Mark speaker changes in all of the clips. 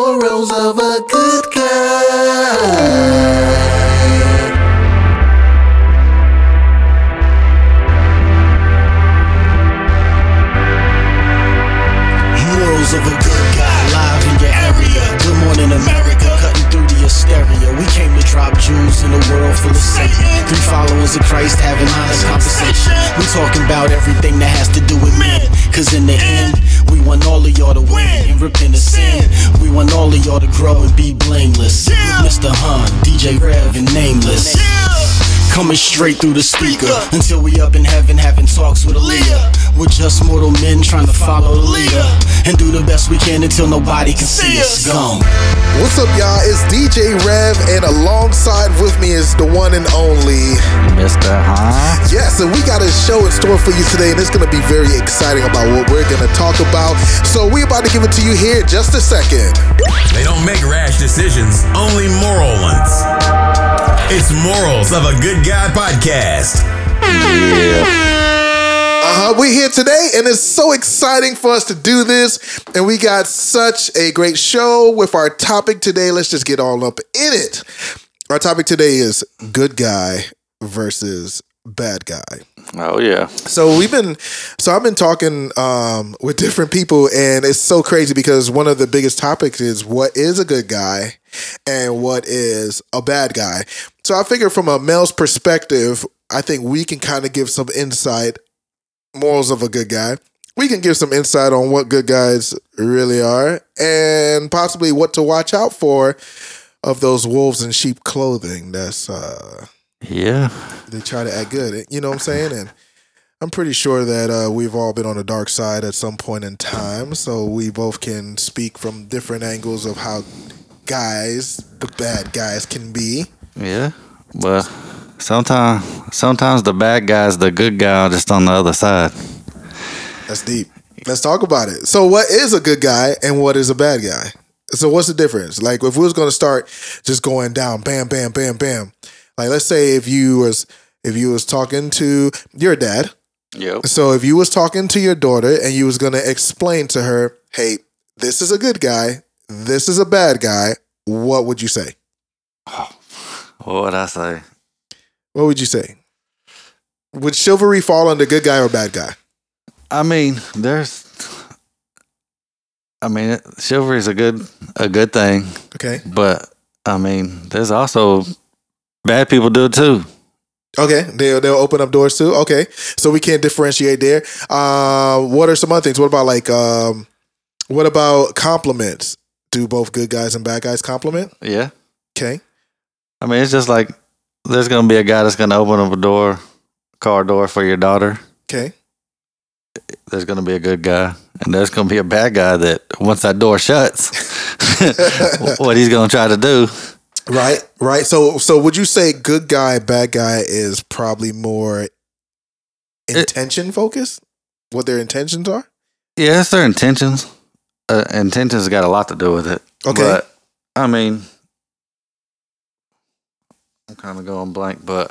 Speaker 1: Shadows of a Good Guy. Heroes of a Good Guy, live in your area. Good morning, America. Cutting through the hysteria. We came to drop jewels in a world full of Satan. Three followers of Christ having honest conversation. We talking about everything that has to do with men. Cause in the end, we want all of y'all to win and repent of sin. We want all of y'all to grow and be blameless. With Mr. Han, DJ Rev, and Nameless. Coming straight through the speaker until we up in heaven having talks with Aaliyah. We're just mortal men trying to follow the leader and do the best we can until nobody can see us. Gone.
Speaker 2: What's up, y'all? It's DJ Rev, and alongside with me is the one and only.
Speaker 3: Mr. Huh?
Speaker 2: Yes, and we got a show in store for you today, and it's going to be very exciting about what we're going to talk about. So we're about to give it to you here in just a second.
Speaker 4: They don't make rash decisions, only moral ones. It's Morals of a Good Guy podcast.
Speaker 2: Uh huh. We're here today, and it's so exciting for us to do this. And we got such a great show with our topic today. Let's just get all up in it. Our topic today is good guy versus bad guy.
Speaker 3: Oh yeah.
Speaker 2: So we've been, so I've been talking um, with different people, and it's so crazy because one of the biggest topics is what is a good guy and what is a bad guy. So I figure from a male's perspective, I think we can kind of give some insight, morals of a good guy. We can give some insight on what good guys really are and possibly what to watch out for of those wolves in sheep clothing. That's, uh,
Speaker 3: Yeah.
Speaker 2: they try to act good. You know what I'm saying? And I'm pretty sure that uh, we've all been on the dark side at some point in time, so we both can speak from different angles of how guys, the bad guys, can be.
Speaker 3: Yeah. But sometimes sometimes the bad guy's the good guy just on the other side.
Speaker 2: That's deep. Let's talk about it. So, what is a good guy and what is a bad guy? So, what's the difference? Like, if we was going to start just going down, bam, bam, bam, bam. Like, let's say if you was if you was talking to your dad,
Speaker 3: Yep.
Speaker 2: So if you was talking to your daughter and you was gonna explain to her, hey, this is a good guy, this is a bad guy, what would you say?
Speaker 3: What would I say?
Speaker 2: What would you say? Would chivalry fall under good guy or bad guy?
Speaker 3: I mean, there's I mean, chivalry is a good a good thing,
Speaker 2: Okay.
Speaker 3: but I mean, there's also bad people do it too.
Speaker 2: Okay. They'll they'll open up doors too. Okay. So we can't differentiate there. Uh, what are some other things? What about like um, what about compliments? Do both good guys and bad guys compliment?
Speaker 3: Yeah.
Speaker 2: Okay.
Speaker 3: I mean, it's just like there's gonna be a guy that's gonna open up a door, car door for your daughter.
Speaker 2: Okay.
Speaker 3: there's going to be a good guy and there's going to be a bad guy that once that door shuts what he's going to try to do
Speaker 2: Right, right. So, so would you say good guy, bad guy is probably more intention focused? What their intentions are?
Speaker 3: yeah it's their intentions uh, intentions got a lot to do with it
Speaker 2: Okay.
Speaker 3: but i mean i'm kind of going blank but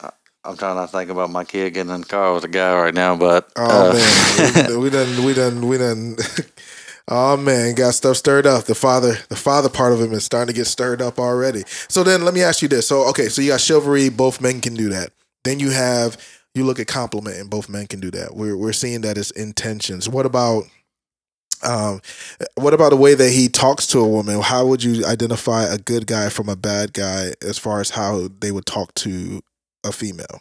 Speaker 3: I- i'm trying not to think about my kid getting in the car with a guy right now but
Speaker 2: Oh
Speaker 3: uh,
Speaker 2: man, we, we done, we done, we done. Oh man, got stuff stirred up. The father, the father part of him is starting to get stirred up already. So then, let me ask you this. So okay, so you got chivalry. Both men can do that. Then you have you look at compliment, and both men can do that. We're we're seeing that it's intentions. What about um, what about the way that he talks to a woman? How would you identify a good guy from a bad guy as far as how they would talk to a female?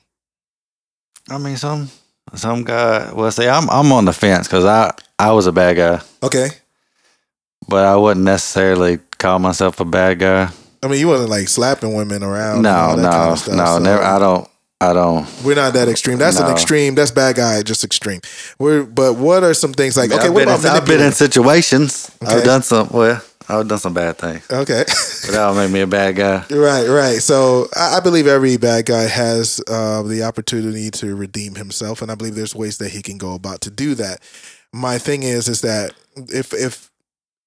Speaker 3: i mean some some guy well see i'm, I'm on the fence because i i was a bad guy
Speaker 2: Okay,
Speaker 3: but i wouldn't necessarily call myself a bad guy
Speaker 2: I mean you wasn't like slapping women around. and
Speaker 3: No,
Speaker 2: all
Speaker 3: no,
Speaker 2: Oh, that kind of stuff,
Speaker 3: no,
Speaker 2: so-
Speaker 3: never. I don't. I don't.
Speaker 2: We're not that extreme. That's an
Speaker 3: No.
Speaker 2: extreme. That's bad guy. Just extreme. We're but what are some things like? Okay,
Speaker 3: I've
Speaker 2: what
Speaker 3: been
Speaker 2: about
Speaker 3: in, I've been in
Speaker 2: manipulating?
Speaker 3: situations. I've
Speaker 2: Okay.
Speaker 3: done some. Well, I've done some bad things,
Speaker 2: Okay,
Speaker 3: but that don't make me a bad guy.
Speaker 2: right, right. So I, I believe every bad guy has uh, the opportunity to redeem himself, and I believe there's ways that he can go about to do that. My thing is, is that if if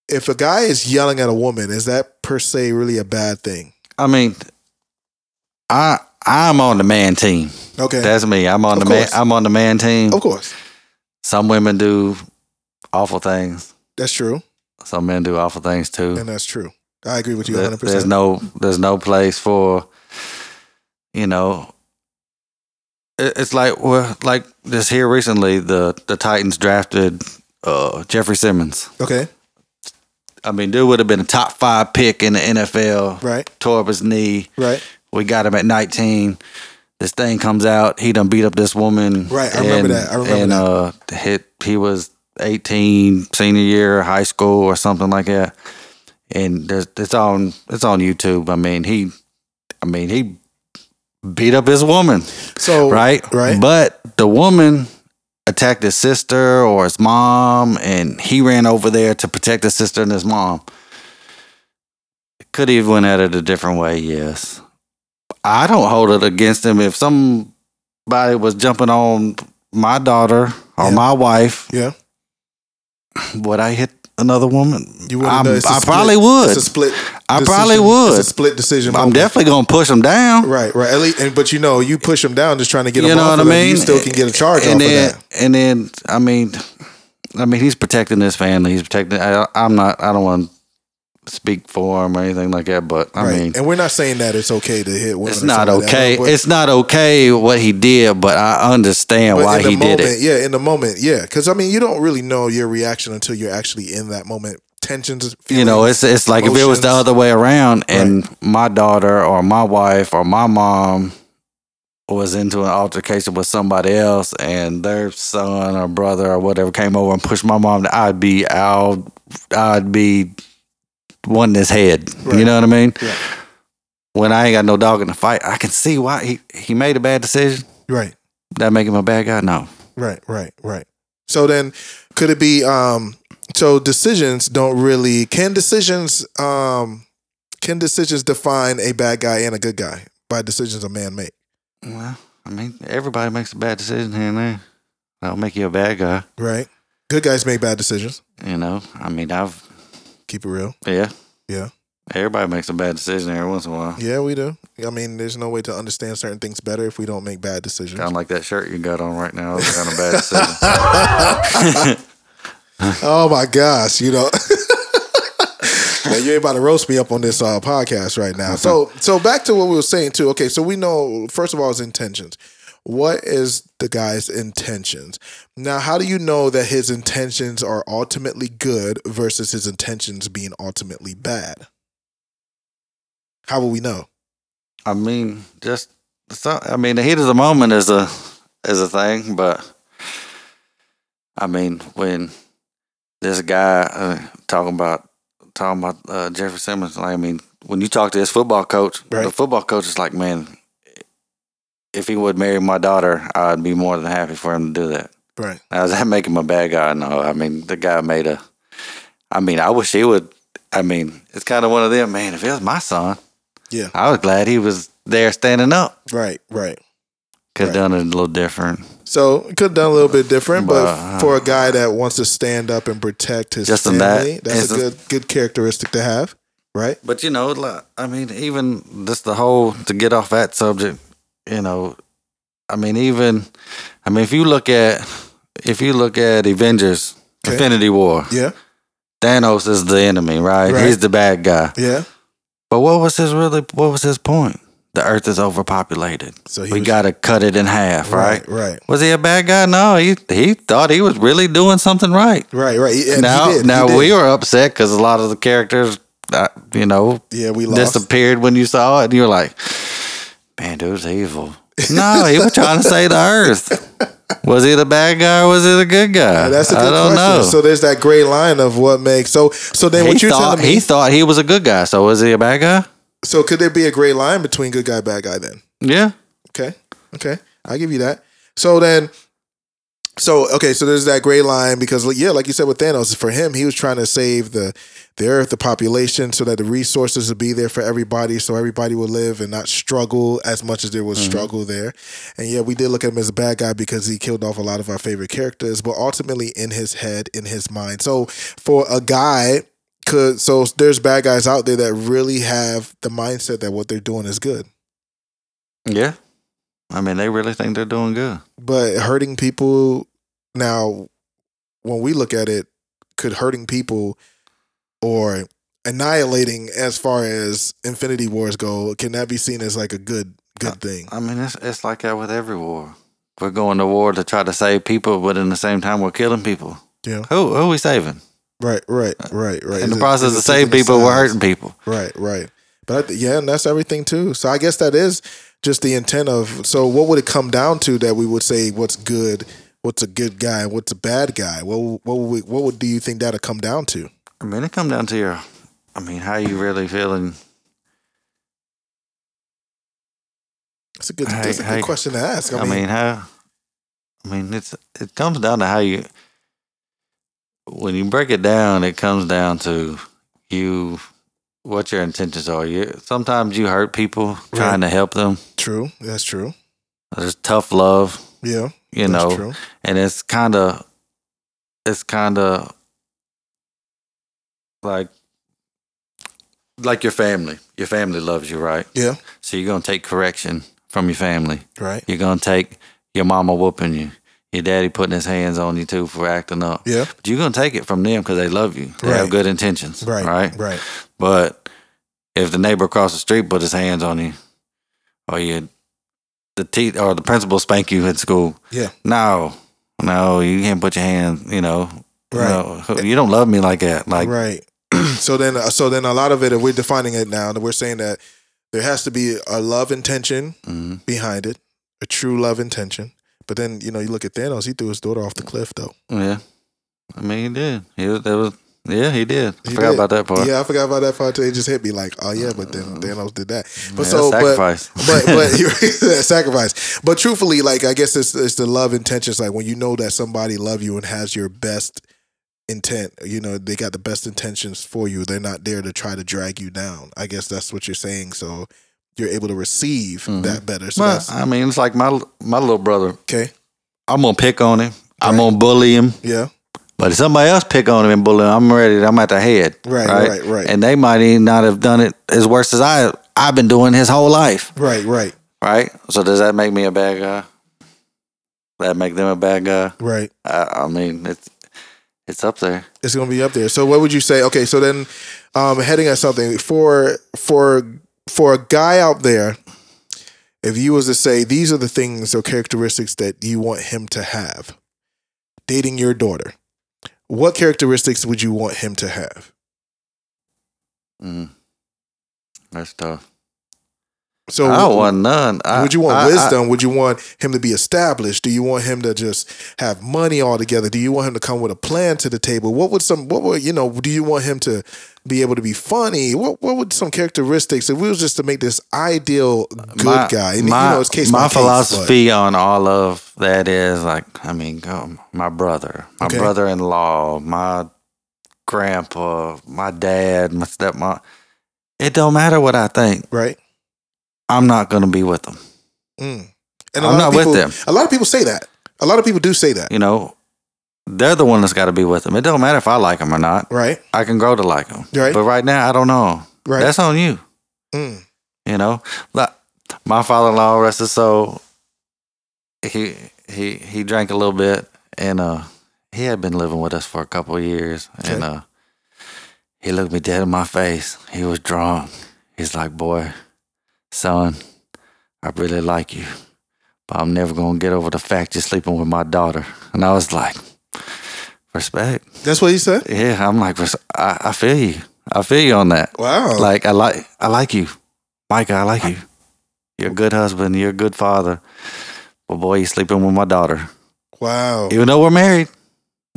Speaker 2: if a guy is yelling at a woman, is that per se really a bad thing?
Speaker 3: I mean, I I'm on the man team.
Speaker 2: Okay,
Speaker 3: That's me. I'm on
Speaker 2: Of
Speaker 3: the man.
Speaker 2: course.
Speaker 3: I'm on the man team.
Speaker 2: of course,
Speaker 3: Some women do awful things.
Speaker 2: that's true.
Speaker 3: Some men do awful things too.
Speaker 2: and that's true. I agree with you
Speaker 3: There-
Speaker 2: 100.
Speaker 3: there's
Speaker 2: percent
Speaker 3: no there's no place for you know it- it's like well like just here recently the the Titans drafted uh Jeffrey Simmons.
Speaker 2: Okay,
Speaker 3: I mean, dude would have been a top five pick in the NFL.
Speaker 2: Right.
Speaker 3: Tore up his knee.
Speaker 2: right,
Speaker 3: We got him at 19. This thing comes out. He done beat up this woman.
Speaker 2: Right, I remember that. I remember
Speaker 3: and,
Speaker 2: that.
Speaker 3: uh, hit, he was 18, senior year, high school, or something like that. And there's, it's on it's on YouTube. I mean, he, I mean, he beat up his woman,
Speaker 2: so
Speaker 3: right?
Speaker 2: right,
Speaker 3: But the woman attacked his sister or his mom, and he ran over there to protect his sister and his mom. Could he have went at it a different way? Yes. I don't hold it against him. If somebody was jumping on my daughter or
Speaker 2: Yeah.
Speaker 3: my wife,
Speaker 2: yeah,
Speaker 3: would I hit another woman?
Speaker 2: you
Speaker 3: I'm-
Speaker 2: wouldn't.
Speaker 3: I
Speaker 2: it's a split-
Speaker 3: probably would.
Speaker 2: It's a split.
Speaker 3: I
Speaker 2: decision.
Speaker 3: probably would.
Speaker 2: It's a split decision.
Speaker 3: I'm
Speaker 2: moment.
Speaker 3: definitely gonna push him down.
Speaker 2: right, right. At least, and, but you know, you push them down, just trying to get
Speaker 3: you
Speaker 2: them
Speaker 3: know
Speaker 2: off.
Speaker 3: what I
Speaker 2: of it,
Speaker 3: mean?
Speaker 2: You still can get a charge
Speaker 3: and
Speaker 2: off
Speaker 3: then,
Speaker 2: of that.
Speaker 3: And then, I mean, I mean, he's protecting his family. He's protecting. I, I'm not. I don't want to speak for him or anything like that. But I
Speaker 2: right,
Speaker 3: mean,
Speaker 2: and we're not saying that it's okay to hit women.
Speaker 3: it's
Speaker 2: or
Speaker 3: not
Speaker 2: something like that,
Speaker 3: okay.
Speaker 2: but-
Speaker 3: it's not okay what he did. But I understand
Speaker 2: but
Speaker 3: why
Speaker 2: in the
Speaker 3: he
Speaker 2: moment,
Speaker 3: did it.
Speaker 2: Yeah, in the moment, yeah. Because I mean, you don't really know your reaction until you're actually in that moment. Tensions,
Speaker 3: You know,
Speaker 2: feelings.
Speaker 3: it's it's like if it was the
Speaker 2: emotions.
Speaker 3: other way around, and my daughter or my wife or my mom was into an altercation with somebody else, and their son or brother or whatever came over and pushed my mom, I'd be out, I'd be one in his head. You
Speaker 2: Right.
Speaker 3: know what I mean?
Speaker 2: Yeah.
Speaker 3: When I ain't got no dog in the fight, I can see why he he made a bad decision.
Speaker 2: right.
Speaker 3: That make him a bad guy? No.
Speaker 2: Right, right, right. So then could it be um so decisions don't really can decisions um can decisions define a bad guy and a good guy by decisions a man make?
Speaker 3: Well, I mean, everybody makes a bad decision here and there. That'll make you a bad guy.
Speaker 2: Right? Good guys make bad decisions.
Speaker 3: You know, I mean, I've
Speaker 2: Keep it real.
Speaker 3: Yeah.
Speaker 2: Yeah.
Speaker 3: Everybody makes a bad decision every once in a while.
Speaker 2: Yeah, we do. I mean, there's no way to understand certain things better if we don't make bad decisions.
Speaker 3: Kind of like that shirt you got on right now. That's kind of bad decision.
Speaker 2: Oh my gosh, you know. Now, you ain't about to roast me up on this uh, podcast right now. So, so back to what we were saying too. Okay, so we know first of all his intentions. What is the guy's intentions? Now, how do you know that his intentions are ultimately good versus his intentions being ultimately bad? How will we know?
Speaker 3: I mean, just so, I mean, the heat of the moment is a is a thing, but I mean, when this guy uh, talking about talking about uh, Jeffrey Simmons, like, I mean, when you talk to his football coach, the
Speaker 2: Right.
Speaker 3: football coach is like, man, if he would marry my daughter, I'd be more than happy for him to do that.
Speaker 2: Right,
Speaker 3: Now, does that make him a bad guy? No. I mean, the guy made a. I mean, I wish he would. I mean, it's kind of one of them, man. If it was my son,
Speaker 2: Yeah.
Speaker 3: I was glad he was there standing up.
Speaker 2: right, right.
Speaker 3: Could have done it a little different.
Speaker 2: So it could have done a little bit different, but
Speaker 3: Wow.
Speaker 2: for a guy that wants to stand up and protect his
Speaker 3: uh, Just in that
Speaker 2: family, that's a
Speaker 3: instance-
Speaker 2: good good characteristic to have, right?
Speaker 3: But you know, like, I mean, even just the whole to get off that subject, you know, I mean, even, I mean, if you look at, if you look at Avengers,
Speaker 2: Okay.
Speaker 3: Infinity War,
Speaker 2: Yeah,
Speaker 3: Thanos is the enemy, right?
Speaker 2: Right.
Speaker 3: He's the bad guy.
Speaker 2: yeah.
Speaker 3: But what was his really? What was his point? The Earth is overpopulated.
Speaker 2: So he
Speaker 3: we
Speaker 2: was-
Speaker 3: got to cut it in half, right?
Speaker 2: right, right.
Speaker 3: Was he a bad guy? No, he he thought he was really doing something right.
Speaker 2: Right, right. And
Speaker 3: now,
Speaker 2: he did.
Speaker 3: now
Speaker 2: he did.
Speaker 3: we were upset because a lot of the characters, uh, you know,
Speaker 2: yeah, we lost.
Speaker 3: disappeared when you saw it, and you were like, "Man, dude's evil." No, he was trying to save the Earth. Was he the bad guy or was he the good guy?
Speaker 2: That's a good
Speaker 3: I don't
Speaker 2: question.
Speaker 3: know.
Speaker 2: So there's that gray line of what makes. So so then
Speaker 3: he
Speaker 2: what you're
Speaker 3: thought
Speaker 2: telling me?
Speaker 3: he thought he was a good guy. So was he a bad guy?
Speaker 2: so could there be a gray line between good guy bad guy then?
Speaker 3: Yeah.
Speaker 2: Okay. Okay. I'll give you that. So then so okay, so there's that gray line because like, yeah, like you said with Thanos, for him, he was trying to save the the earth, the population, so that the resources would be there for everybody, so everybody would live and not struggle as much as there was struggle there. And yeah, we did look at him as a bad guy because he killed off a lot of our favorite characters, but ultimately in his head, in his mind. So for a guy could so there's bad guys out there that really have the mindset that what they're doing is good.
Speaker 3: Yeah. I mean, they really think they're doing good.
Speaker 2: but hurting people now when we look at it could hurting people or annihilating as far as Infinity Wars go, can that be seen as like a good
Speaker 3: Uh,
Speaker 2: good thing?
Speaker 3: I mean, it's it's like that with every war. We're going to war to try to save people, but in the same time, we're killing people.
Speaker 2: Yeah.
Speaker 3: Who who we saving?
Speaker 2: Right, right, right, right. Is
Speaker 3: in the
Speaker 2: it-
Speaker 3: process
Speaker 2: is
Speaker 3: of
Speaker 2: it
Speaker 3: saving
Speaker 2: taking
Speaker 3: people, we're
Speaker 2: sides?
Speaker 3: hurting people.
Speaker 2: Right, right. But I th- yeah, and that's everything too. So I guess that is just the intent of. So what would it come down to that we would say what's good, what's a good guy, and what's a bad guy? What what would we, what would do you think that'll come down to?
Speaker 3: I mean, it come down to your, I mean, how you really feeling?
Speaker 2: That's a good
Speaker 3: Hey,
Speaker 2: that's a good
Speaker 3: hey.
Speaker 2: question to ask.
Speaker 3: I mean, how? I mean, it's it comes down to how you. When you break it down, it comes down to you, what your intentions are. You sometimes you hurt people trying to help them.
Speaker 2: true. That's true.
Speaker 3: There's tough love,
Speaker 2: Yeah,
Speaker 3: you
Speaker 2: that's
Speaker 3: know,
Speaker 2: true.
Speaker 3: and it's kind of, it's kind of like, like your family. Your family loves you, right?
Speaker 2: Yeah,
Speaker 3: So you're gonna take correction from your family.
Speaker 2: right.
Speaker 3: You're gonna take your mama whooping you, your daddy putting his hands on you too for acting up.
Speaker 2: Yeah,
Speaker 3: But you're gonna take it from them because they love you. They
Speaker 2: Right.
Speaker 3: have good intentions,
Speaker 2: right,
Speaker 3: right? Right.
Speaker 2: right.
Speaker 3: But if the neighbor across the street put his hands on you, or you, the te- or the principal spank you at school,
Speaker 2: Yeah,
Speaker 3: no, no, you can't put your hand. You know,
Speaker 2: Right.
Speaker 3: no, you don't love me like that. Like
Speaker 2: right. so then, uh, so then, a lot of it. If we're defining it now, and we're saying that there has to be a love intention
Speaker 3: mhm.
Speaker 2: behind it, a true love intention. But then, you know, you look at Thanos, he threw his daughter off the cliff, though.
Speaker 3: yeah, I mean he did. He was, that was yeah, he did. I
Speaker 2: He
Speaker 3: forgot
Speaker 2: did.
Speaker 3: about that part.
Speaker 2: Yeah, I forgot about that part. Too. It just hit me like, oh, yeah, but then Thanos did that. But
Speaker 3: Yeah,
Speaker 2: so, but,
Speaker 3: Uh, sacrifice.
Speaker 2: but, but, sacrifice. But truthfully, like, I guess it's, it's the love intentions. Like, when you know that somebody love you and has your best intent, you know, they got the best intentions for you. They're not there to try to drag you down. I guess that's what you're saying. So you're able to receive
Speaker 3: Mhm.
Speaker 2: that better. So
Speaker 3: Well,
Speaker 2: that's
Speaker 3: I mean, it's like my my little brother.
Speaker 2: okay.
Speaker 3: I'm gonna pick on him. I'm
Speaker 2: Right.
Speaker 3: gonna bully him.
Speaker 2: Yeah.
Speaker 3: But if somebody else pick on him and bully him, I'm ready. I'm at the head.
Speaker 2: Right, right, right.
Speaker 3: And they might even not have done it as worse as I I've been doing his whole life.
Speaker 2: Right, right,
Speaker 3: Right. So does that make me a bad guy? That make them a bad guy?
Speaker 2: right.
Speaker 3: I, I mean, it's it's up there.
Speaker 2: It's gonna be up there. So what would you say? Okay, so then um heading at something for for for a guy out there, if you was to say these are the things or characteristics that you want him to have, dating your daughter, what characteristics would you want him to have?
Speaker 3: Mm. That's tough.
Speaker 2: So
Speaker 3: I don't want none. I,
Speaker 2: would you want
Speaker 3: I- I-
Speaker 2: wisdom? would you want him to be established? Do you want him to just have money altogether? Do you want him to come with a plan to the table? What would some what would you know, do you want him to be able to be funny? What what would some characteristics if we was just to make this ideal good
Speaker 3: my-
Speaker 2: guy? And
Speaker 3: my,
Speaker 2: you know, it's case
Speaker 3: my
Speaker 2: by case, but-
Speaker 3: philosophy on all of that is like, I mean, go- my brother, my
Speaker 2: Okay.
Speaker 3: brother-in-law, my grandpa, my dad, my stepmom. It don't matter what I think.
Speaker 2: right?
Speaker 3: I'm not gonna be with them.
Speaker 2: Mm. And
Speaker 3: I'm
Speaker 2: lot of
Speaker 3: not with
Speaker 2: people,
Speaker 3: them.
Speaker 2: A lot of people say that. A lot of people do say that,
Speaker 3: You know, they're the one that's got to be with them. It don't matter if I like them or not.
Speaker 2: right?
Speaker 3: I can grow to like them.
Speaker 2: Right.
Speaker 3: But right now, I don't know.
Speaker 2: Right.
Speaker 3: That's on you.
Speaker 2: Mm.
Speaker 3: You know, like my father-in-law, rest his soul, he he he drank a little bit, and uh, he had been living with us for a couple of years, and
Speaker 2: Okay.
Speaker 3: uh, he looked me dead in my face. He was drunk. He's like, "Boy, son, I really like you, but I'm never gonna get over the fact you're sleeping with my daughter." And I was like, "Respect."
Speaker 2: That's what he said?
Speaker 3: Yeah, I'm like, "Res- I, I feel you. I feel you on that.
Speaker 2: Wow.
Speaker 3: Like I like I like you, Micah. I like you. You're a good husband. You're a good father. But boy, you sleeping with my daughter.
Speaker 2: wow.
Speaker 3: Even though we're married,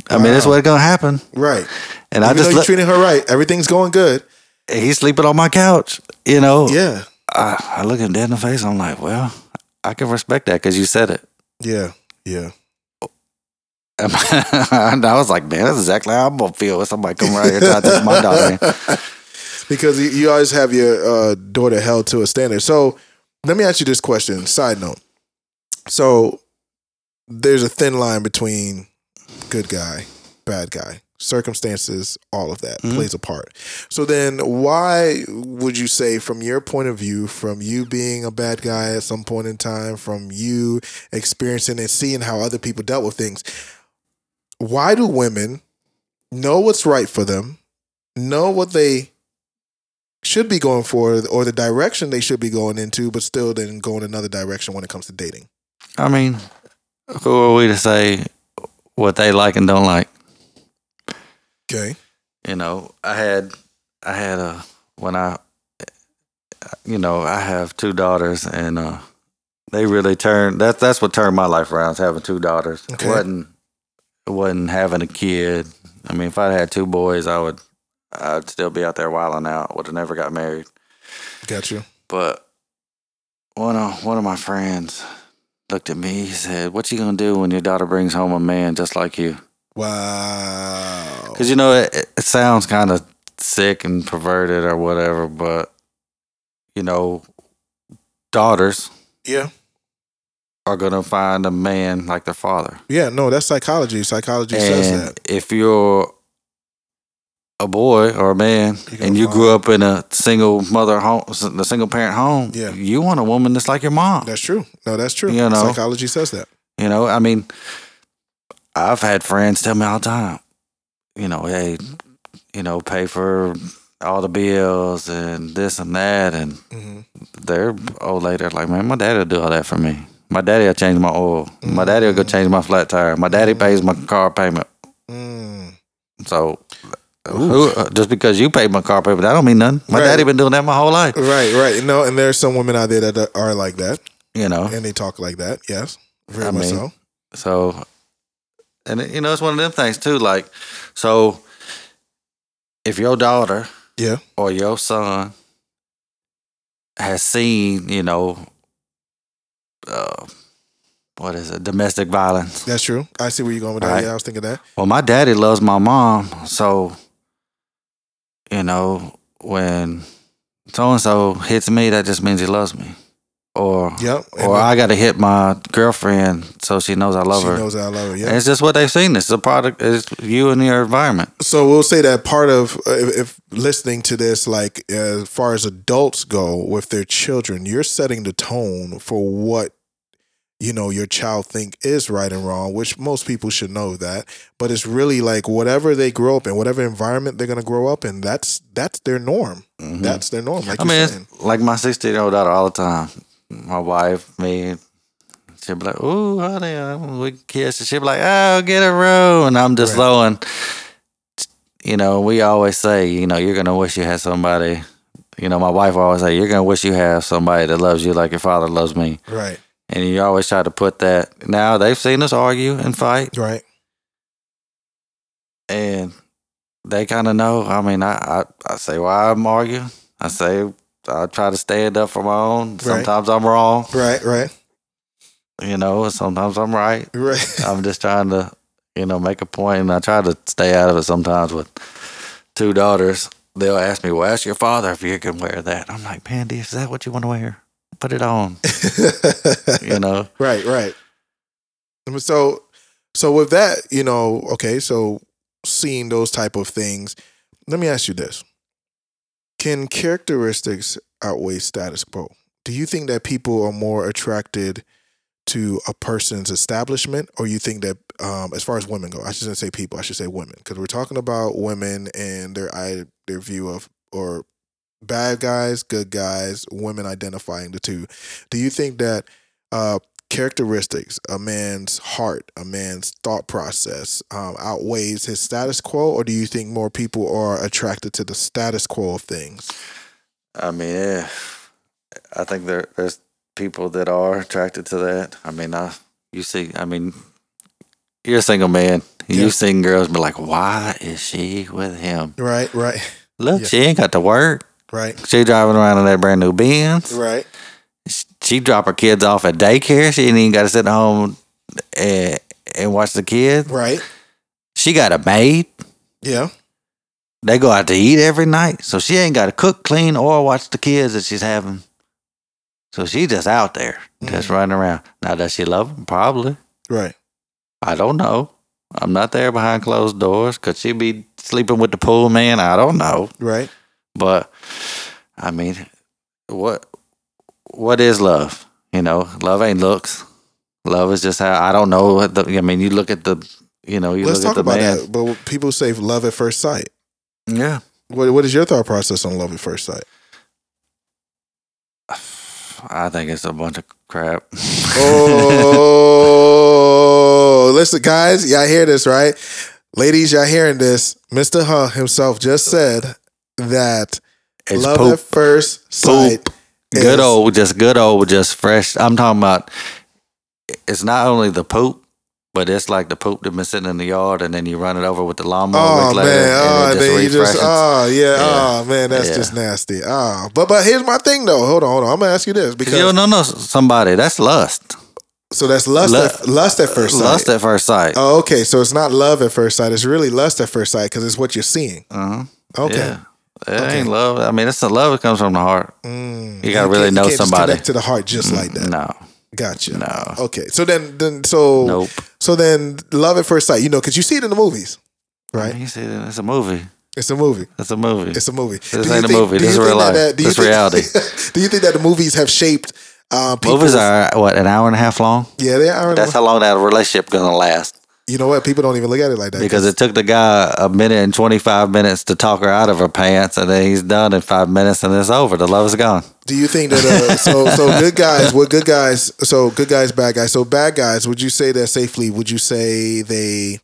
Speaker 3: I mean, that's what's gonna happen.
Speaker 2: Right.
Speaker 3: And I
Speaker 2: Even though
Speaker 3: just
Speaker 2: you're
Speaker 3: look,
Speaker 2: treating her right, everything's going good.
Speaker 3: he's sleeping on my couch. You know,
Speaker 2: Yeah.
Speaker 3: I, I look him dead in the face. I'm like, well, I can respect that because you said it.
Speaker 2: Yeah. Yeah.
Speaker 3: and I was like, man, that's exactly how I'm gonna feel when somebody come around here trying to take my daughter. in.
Speaker 2: because you, you always have your uh, daughter held to a standard. So let me ask you this question. Side note. So there's a thin line between good guy, bad guy. Circumstances, all of that plays a part. So then, why would you say, from your point of view, from you being a bad guy at some point in time, from you experiencing and seeing how other people dealt with things, why do women know what's right for them know what they should be going for or the direction they should be going into, but still then go in another direction when it comes to dating.
Speaker 3: I mean, who are we to say what they like and don't like?
Speaker 2: Okay.
Speaker 3: you know, I had, I had a when I, you know, I have two daughters, and uh, they really turned that. That's what turned my life around. Is having two daughters. It
Speaker 2: Okay.
Speaker 3: wasn't, it wasn't having a kid. I mean, if I had two boys, I would, I'd still be out there wilding out. Would have never got married.
Speaker 2: Got you.
Speaker 3: But one of one of my friends looked at me. He said, "What you gonna do when your daughter brings home a man just like you?"
Speaker 2: Wow.
Speaker 3: Because you know it, it sounds kind of sick and perverted or whatever, but you know, daughters
Speaker 2: Yeah.
Speaker 3: are gonna find a man like their father,
Speaker 2: Yeah, no, that's psychology. Psychology says
Speaker 3: and
Speaker 2: that.
Speaker 3: if you're a boy or a man,
Speaker 2: You're gonna
Speaker 3: and you
Speaker 2: find-
Speaker 3: grew up in a single mother home, the single parent home,
Speaker 2: Yeah.
Speaker 3: you want a woman that's like your mom.
Speaker 2: That's true. No, that's true.
Speaker 3: You know.
Speaker 2: Psychology says that.
Speaker 3: You know, I mean, I've had friends tell me all the time, you know, hey, you know, pay for all the bills and this and that. And
Speaker 2: Mhm.
Speaker 3: they're old lady like, man, my daddy'll do all that for me. My daddy'll change my oil. My daddy'll
Speaker 2: Mm-hmm.
Speaker 3: go change my flat tire. My daddy pays my car payment.
Speaker 2: Mm.
Speaker 3: So, who, uh, just because you paid my car payment, that don't mean nothing. My
Speaker 2: Right.
Speaker 3: daddy been doing that my whole life.
Speaker 2: Right, right. No, and there's some women out there that are like that
Speaker 3: You know,
Speaker 2: and they talk like that. Yes. Very
Speaker 3: I
Speaker 2: much
Speaker 3: mean-
Speaker 2: so.
Speaker 3: So, and you know, it's one of them things too. Like, so if your daughter
Speaker 2: Yeah.
Speaker 3: or your son has seen, you know, uh, what is it, domestic violence?
Speaker 2: That's true. I see where you're going with that.
Speaker 3: Right.
Speaker 2: Yeah, I was thinking that.
Speaker 3: Well, my daddy loves my mom, so you know when so and so hits me, that just means he loves me. Or
Speaker 2: Yep. And
Speaker 3: or
Speaker 2: then
Speaker 3: Oh, I got to hit my girlfriend so she knows I love
Speaker 2: she
Speaker 3: her.
Speaker 2: knows that I love her. Yeah.
Speaker 3: And It's just what they've seen. It's a product. It's you and your environment.
Speaker 2: so we'll say that part of uh, if, if listening to this like as far as adults go with their children you're setting the tone for what you know your child think is right and wrong which most people should know that but it's really like whatever they grow up in whatever environment they're going to grow up in that's that's their norm that's their norm like
Speaker 3: I
Speaker 2: you're
Speaker 3: mean,
Speaker 2: saying
Speaker 3: it's like my sixteen-year-old daughter all the time. My wife, me, she'll be like, "Ooh, honey, I'm- we can kiss," and she'll be like, "Oh, get a row," and I'm just
Speaker 2: Right.
Speaker 3: going. You know, we always say, you know, you're gonna wish you had somebody. You know, my wife always say, "You're gonna wish you have somebody that loves you like your father loves me,"
Speaker 2: right
Speaker 3: and you always try to put that. Now they've seen us argue and fight.
Speaker 2: right
Speaker 3: and they kind of know. I mean, I, I I say why I'm arguing. I say I try to stand up for my own. Sometimes I'm wrong,
Speaker 2: right right
Speaker 3: you know. and Sometimes I'm right.
Speaker 2: right
Speaker 3: I'm just trying to, you know, make a point, and I try to stay out of it. Sometimes with two daughters, they'll ask me, "Well, ask your father if you can wear that." I'm like, "Man, is that what you want to wear? Put it on," you know.
Speaker 2: Right, right. I mean, So, so with that, you know, okay, so seeing those type of things, let me ask you this: Can characteristics outweigh status quo? Do you think that people are more attracted to a person's establishment, or you think that, um, as far as women go, I shouldn't say people, I should say women, because we're talking about women and their i- their view of or bad guys, good guys, women identifying the two. Do you think that uh, characteristics, a man's heart, a man's thought process um, outweighs his status quo, or do you think more people are attracted to the status quo of things?
Speaker 3: I mean, yeah, I think there there's people that are attracted to that. I mean, I you see, I mean, you're a single man.
Speaker 2: Yeah.
Speaker 3: You've seen girls be like, "Why is she with him?
Speaker 2: Right, right,
Speaker 3: Look,
Speaker 2: Yeah.
Speaker 3: she ain't got to work.
Speaker 2: right,
Speaker 3: She driving around in that brand new Benz.
Speaker 2: right,
Speaker 3: She drop her kids off at daycare. She ain't even got to sit at home and and watch the kids.
Speaker 2: right.
Speaker 3: She got a maid.
Speaker 2: Yeah,
Speaker 3: They go out to eat every night, so she ain't got to cook, clean, or watch the kids that she's having. So she just out there, just running around. Now, does she love him? Probably.
Speaker 2: right,
Speaker 3: I don't know. I'm not there behind closed doors. Could she be sleeping with the pool man? I don't know.
Speaker 2: right,
Speaker 3: But I mean, what what is love? You know, love ain't looks. Love is just how I don't know. What the, I mean, you look at the, you know, you
Speaker 2: Let's
Speaker 3: look
Speaker 2: talk
Speaker 3: at the
Speaker 2: about
Speaker 3: man.
Speaker 2: that. But people say love at first sight.
Speaker 3: Yeah,
Speaker 2: What What is your thought process on love at first sight?
Speaker 3: I think it's a bunch of crap.
Speaker 2: Oh, listen, guys, y'all hear this, right? Ladies, y'all hearing this? Mr. Huh himself just said that
Speaker 3: It's
Speaker 2: love
Speaker 3: poop.
Speaker 2: at first sight. is-
Speaker 3: good old, just good old, just fresh. I'm talking about. It's not only the poop, but it's like the poop that been sitting in the yard, and then you run it over with the lawnmower. a
Speaker 2: Oh
Speaker 3: week later,
Speaker 2: man!
Speaker 3: and
Speaker 2: Oh,
Speaker 3: it
Speaker 2: then you just
Speaker 3: refreshes.
Speaker 2: oh yeah,
Speaker 3: Yeah.
Speaker 2: oh man, that's
Speaker 3: Yeah.
Speaker 2: just nasty. Oh, but but here's my thing though. Hold on, hold on. I'm gonna ask you this
Speaker 3: 'Cause
Speaker 2: because
Speaker 3: you don't know somebody. That's lust.
Speaker 2: so that's lust,
Speaker 3: Lust-
Speaker 2: at, lust at first sight.
Speaker 3: Lust at first sight.
Speaker 2: oh, okay, so it's not love at first sight. It's really lust at first sight because it's what you're seeing.
Speaker 3: Uh-huh.
Speaker 2: Okay, Mm.
Speaker 3: Yeah. It ain't love. I mean, it's the love that comes from the heart. you gotta really
Speaker 2: can't-
Speaker 3: know
Speaker 2: can't just
Speaker 3: somebody.
Speaker 2: connect to the heart just like that.
Speaker 3: No,
Speaker 2: Gotcha.
Speaker 3: no.
Speaker 2: Okay, so then then so
Speaker 3: Nope.
Speaker 2: so then love at first sight. You know, because you see it in the movies,
Speaker 3: I
Speaker 2: right?
Speaker 3: mean, You see, it's a movie.
Speaker 2: It's a movie.
Speaker 3: It's a movie.
Speaker 2: It's a movie. This
Speaker 3: ain't a movie. This is real life. This reality.
Speaker 2: do you think that the movies have shaped uh, people?
Speaker 3: Movies are what an hour and a half long.
Speaker 2: Yeah, they are.
Speaker 3: That's how long that relationship gonna last.
Speaker 2: you know what? People don't even look at it like that.
Speaker 3: Because it took the guy a minute and twenty five minutes to talk her out of her pants, and then he's done in five minutes, and it's over. The love is gone.
Speaker 2: do you think that uh, so so good guys? What good guys? So good guys, bad guys. So bad guys. Would you say that safely? Would you say they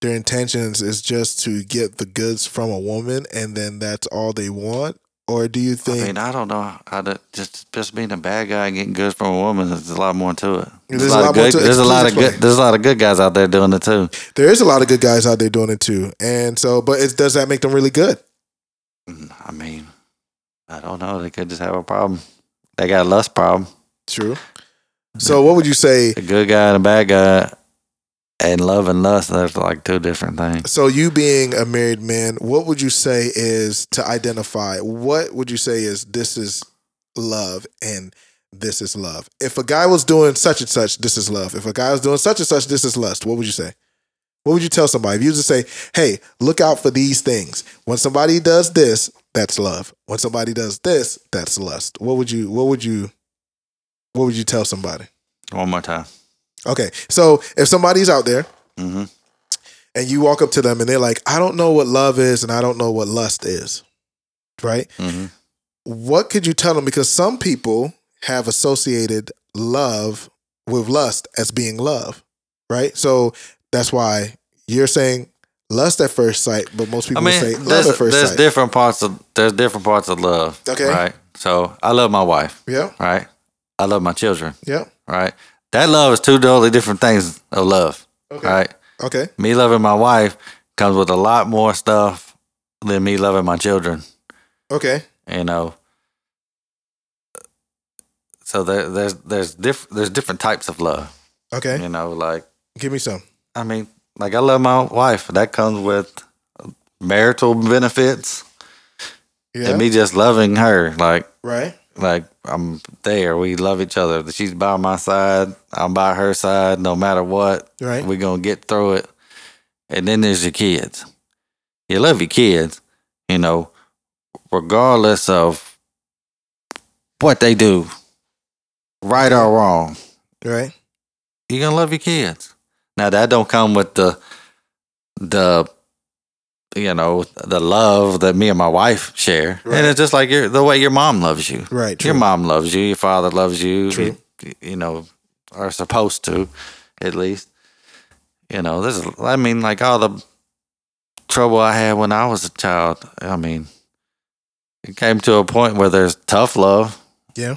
Speaker 2: their intentions is just to get the goods from a woman, and then that's all they want? Or do you think
Speaker 3: I mean, I don't know. I don't- just just being a bad guy and getting good from a woman. There's a lot more to it.
Speaker 2: There's a lot
Speaker 3: of
Speaker 2: more
Speaker 3: good.
Speaker 2: to it.
Speaker 3: There's a lot of
Speaker 2: Please
Speaker 3: good.
Speaker 2: explain.
Speaker 3: There's a lot of good guys out there doing it too.
Speaker 2: there is a lot of good guys out there doing it too? And so, but it, does that make them really good?
Speaker 3: I mean, I don't know. They could just have a problem. They got a lust problem.
Speaker 2: True. So, what would you say?
Speaker 3: A good guy and a bad guy, and love and lust. There's like two different things.
Speaker 2: So, you being a married man, what would you say is to identify? What would you say is this is love and this is love? If a guy was doing such and such, this is love. If a guy was doing such and such, this is lust. What would you say? What would you tell somebody? If you just say, hey, look out for these things. When somebody does this, that's love. When somebody does this, that's lust. What would you, what would you, what would you tell somebody?
Speaker 3: One more time.
Speaker 2: Okay. So if somebody's out there
Speaker 3: hmm
Speaker 2: and you walk up to them and they're like, I don't know what love is and I don't know what lust is, right?
Speaker 3: hmm
Speaker 2: What could you tell them? Because some people have associated love with lust as being love, right? So that's why you're saying lust at first sight, but most people say love
Speaker 3: there's,
Speaker 2: at first
Speaker 3: there's
Speaker 2: sight.
Speaker 3: different parts of there's different parts of love.
Speaker 2: Okay.
Speaker 3: Right. So I love my wife.
Speaker 2: Yeah.
Speaker 3: Right. I love my children.
Speaker 2: Yeah.
Speaker 3: Right. That love is two totally different things of love.
Speaker 2: Okay.
Speaker 3: Right.
Speaker 2: Okay.
Speaker 3: Me loving my wife comes with a lot more stuff than me loving my children.
Speaker 2: Okay.
Speaker 3: You know. So there, there's there's diff, there's different types of love.
Speaker 2: Okay.
Speaker 3: You know, like
Speaker 2: Give me some.
Speaker 3: I mean, like I love my wife. That comes with marital benefits.
Speaker 2: Yeah.
Speaker 3: and me just loving her like
Speaker 2: right.
Speaker 3: like i'm there we love each other she's by my side i'm by her side no matter what
Speaker 2: Right.
Speaker 3: we're gonna get through it and then there's your kids you love your kids you know regardless of what they do right or wrong
Speaker 2: Right.
Speaker 3: you're gonna love your kids. Now that don't come with the the you know the love that me and my wife share,
Speaker 2: Right.
Speaker 3: and it's just like your the way your mom loves you.
Speaker 2: Right. True.
Speaker 3: Your mom loves you. Your father loves you.
Speaker 2: True.
Speaker 3: You, you know, are supposed to, at least. You know, there's. I mean, like all the trouble I had when I was a child. I mean, it came to a point where there's tough love.
Speaker 2: Yeah.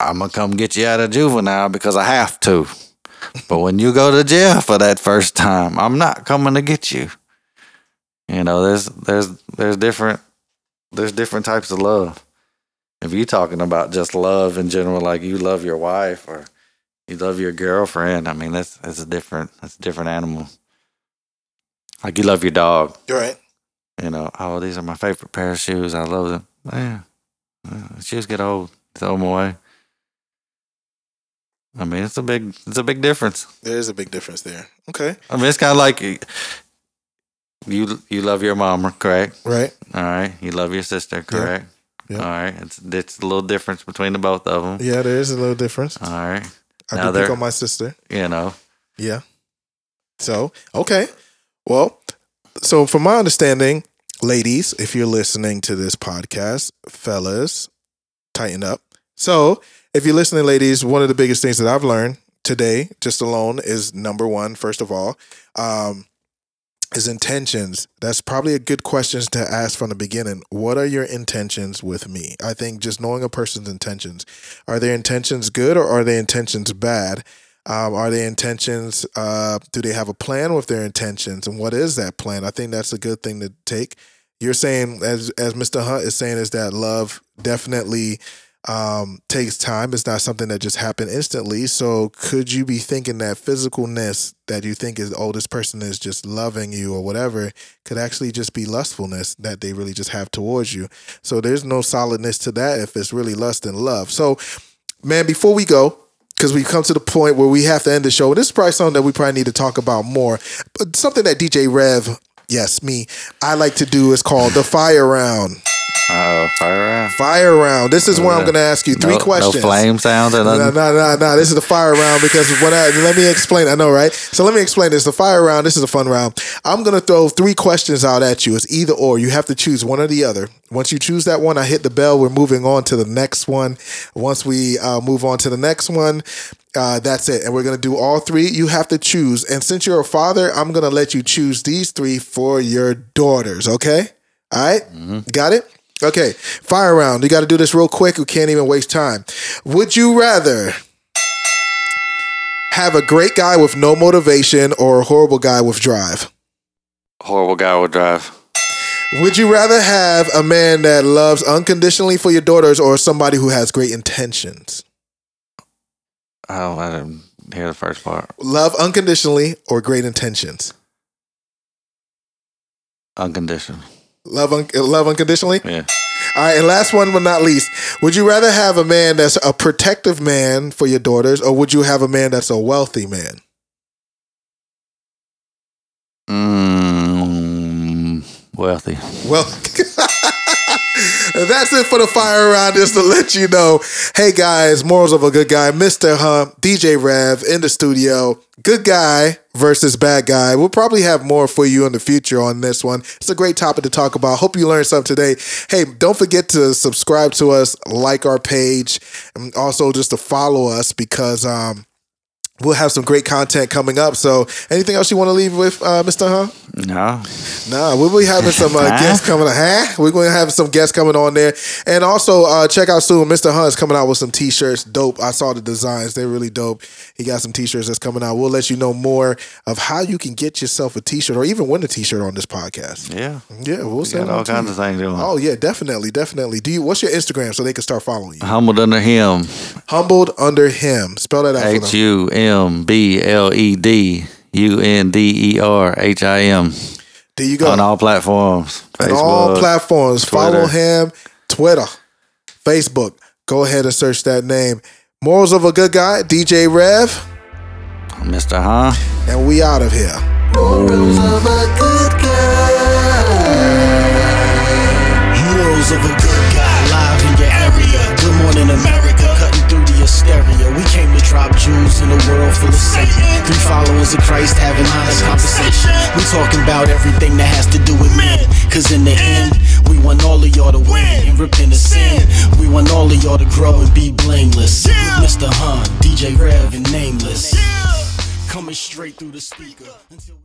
Speaker 3: I'm gonna come get you out of juvenile because I have to. But when you go to jail for that first time, I'm not coming to get you. You know, there's there's there's different there's different types of love. If you're talking about just love in general, like you love your wife or you love your girlfriend, I mean that's that's a different that's a different animal. Like you love your dog,
Speaker 2: You're right.
Speaker 3: you know, oh these are my favorite pair of shoes. I love them. Yeah. Yeah, Shoes get old, throw them away. I mean, it's a big, it's a big difference.
Speaker 2: There is a big difference there. Okay.
Speaker 3: I mean, it's kind of like you, you love your mom, correct?
Speaker 2: Right.
Speaker 3: All right. You love your sister, correct?
Speaker 2: Yeah.
Speaker 3: All right. It's it's a little difference between the both of them.
Speaker 2: Yeah, there is a little difference.
Speaker 3: All right.
Speaker 2: I do
Speaker 3: now
Speaker 2: pick
Speaker 3: they're-
Speaker 2: on my sister.
Speaker 3: You know.
Speaker 2: Yeah. So, okay. Well, so from my understanding, ladies, if you're listening to this podcast, fellas, tighten up. So, if you're listening, ladies, one of the biggest things that I've learned today, just alone, is number one, first of all, um, is intentions. That's probably a good question to ask from the beginning. What are your intentions with me? I think just knowing a person's intentions. Are their intentions good or are their intentions bad? Um, are their intentions, uh, do they have a plan with their intentions? And what is that plan? I think that's a good thing to take. You're saying, as, as Mr. Hunt is saying, is that love definitely um, takes time. It's not something that just happened instantly. So could you be thinking that physicalness that you think is oh this person is just loving you or whatever could actually just be lustfulness that they really just have towards you. So there's no solidness to that if it's really lust and love. So man, before we go. Because we've come to the point where we have to end the show. And this is probably something that we probably need to talk about more. But something that DJ Rev, yes, me, I like to do is called the fire round.
Speaker 3: Oh, fire round.
Speaker 2: Fire round. This is where I'm going to ask you three
Speaker 3: no,
Speaker 2: questions.
Speaker 3: No flame sounds or
Speaker 2: No,
Speaker 3: nothing.
Speaker 2: no, no, no. This is the fire round because when I let me explain. I know, right? So let me explain this. The fire round. This is a fun round. I'm gonna throw three questions out at you. It's either or. You have to choose one or the other. Once you choose that one, I hit the bell. We're moving on to the next one. Once we uh, move on to the next one. Uh, that's it. And we're going to do all three. You have to choose. And since you're a father, I'm going to let you choose these three for your daughters. Okay? All right? Got it? Okay. Fire round. You got to do this real quick. We can't even waste time. Would you rather have a great guy with no motivation or a horrible guy with drive?
Speaker 3: Horrible guy will drive.
Speaker 2: Would you rather have a man that loves unconditionally for your daughters or somebody who has great intentions?
Speaker 3: I don't. Oh, I didn't hear the first part.
Speaker 2: Love unconditionally or great intentions?
Speaker 3: Unconditional.
Speaker 2: Love, un- love unconditionally?
Speaker 3: Yeah.
Speaker 2: All right, and last one but not least, would you rather have a man that's a protective man for your daughters, or would you have a man that's a wealthy man?
Speaker 3: Mm, wealthy.
Speaker 2: Well, that's it for the fire round. Just to let you know, hey guys, morals of a good guy, Mister Hump, DJ Rev in the studio. Good guy versus bad guy. We'll probably have more for you in the future on this one. It's a great topic to talk about. Hope you learned something today. Hey, don't forget to subscribe to us, like our page, and also just to follow us because um, we'll have some great content coming up. So, anything else you want to leave with, uh, Mister Hump?
Speaker 3: No.
Speaker 2: Nah, we'll be having some uh,
Speaker 3: Huh?
Speaker 2: guests coming. Huh? We're going to have some guests coming on there, and also uh, check out soon. Mr. Hunt's coming out with some t-shirts. Dope. I saw the designs; they're really dope. He got some t-shirts that's coming out. We'll let you know more of how you can get yourself a t-shirt or even win a t-shirt on this podcast.
Speaker 3: Yeah.
Speaker 2: Yeah, we'll
Speaker 3: We
Speaker 2: send
Speaker 3: got all
Speaker 2: all
Speaker 3: kinds of things going.
Speaker 2: Oh yeah, definitely, definitely. Do you? What's your Instagram so they can start following you?
Speaker 3: Humbled under him.
Speaker 2: Humbled under him. Spell that out for
Speaker 3: Uh-huh. H E
Speaker 2: them.
Speaker 3: U M B L E D U N D E R H I M.
Speaker 2: There you go.
Speaker 3: On all platforms.
Speaker 2: on all
Speaker 3: Facebook.
Speaker 2: platforms.
Speaker 3: Twitter.
Speaker 2: Follow him, Twitter, Facebook. Go ahead and search that name. Morals of a Good Guy, DJ Rev,
Speaker 3: Mr. Huh?
Speaker 2: and we out of here.
Speaker 1: Morals of a good guy, live in your area. Good morning, America. Cutting through the hysteria. We came to drop Jews in a world full of Satan. Three followers of Christ having honest conversation. We talking about everything that has to do with men. Cause in the end, we want all of y'all to win and repent of sin. We want all of y'all to grow and be blameless. With Mr. Hun, DJ Rev, and Nameless. Coming straight through the speaker. Until we-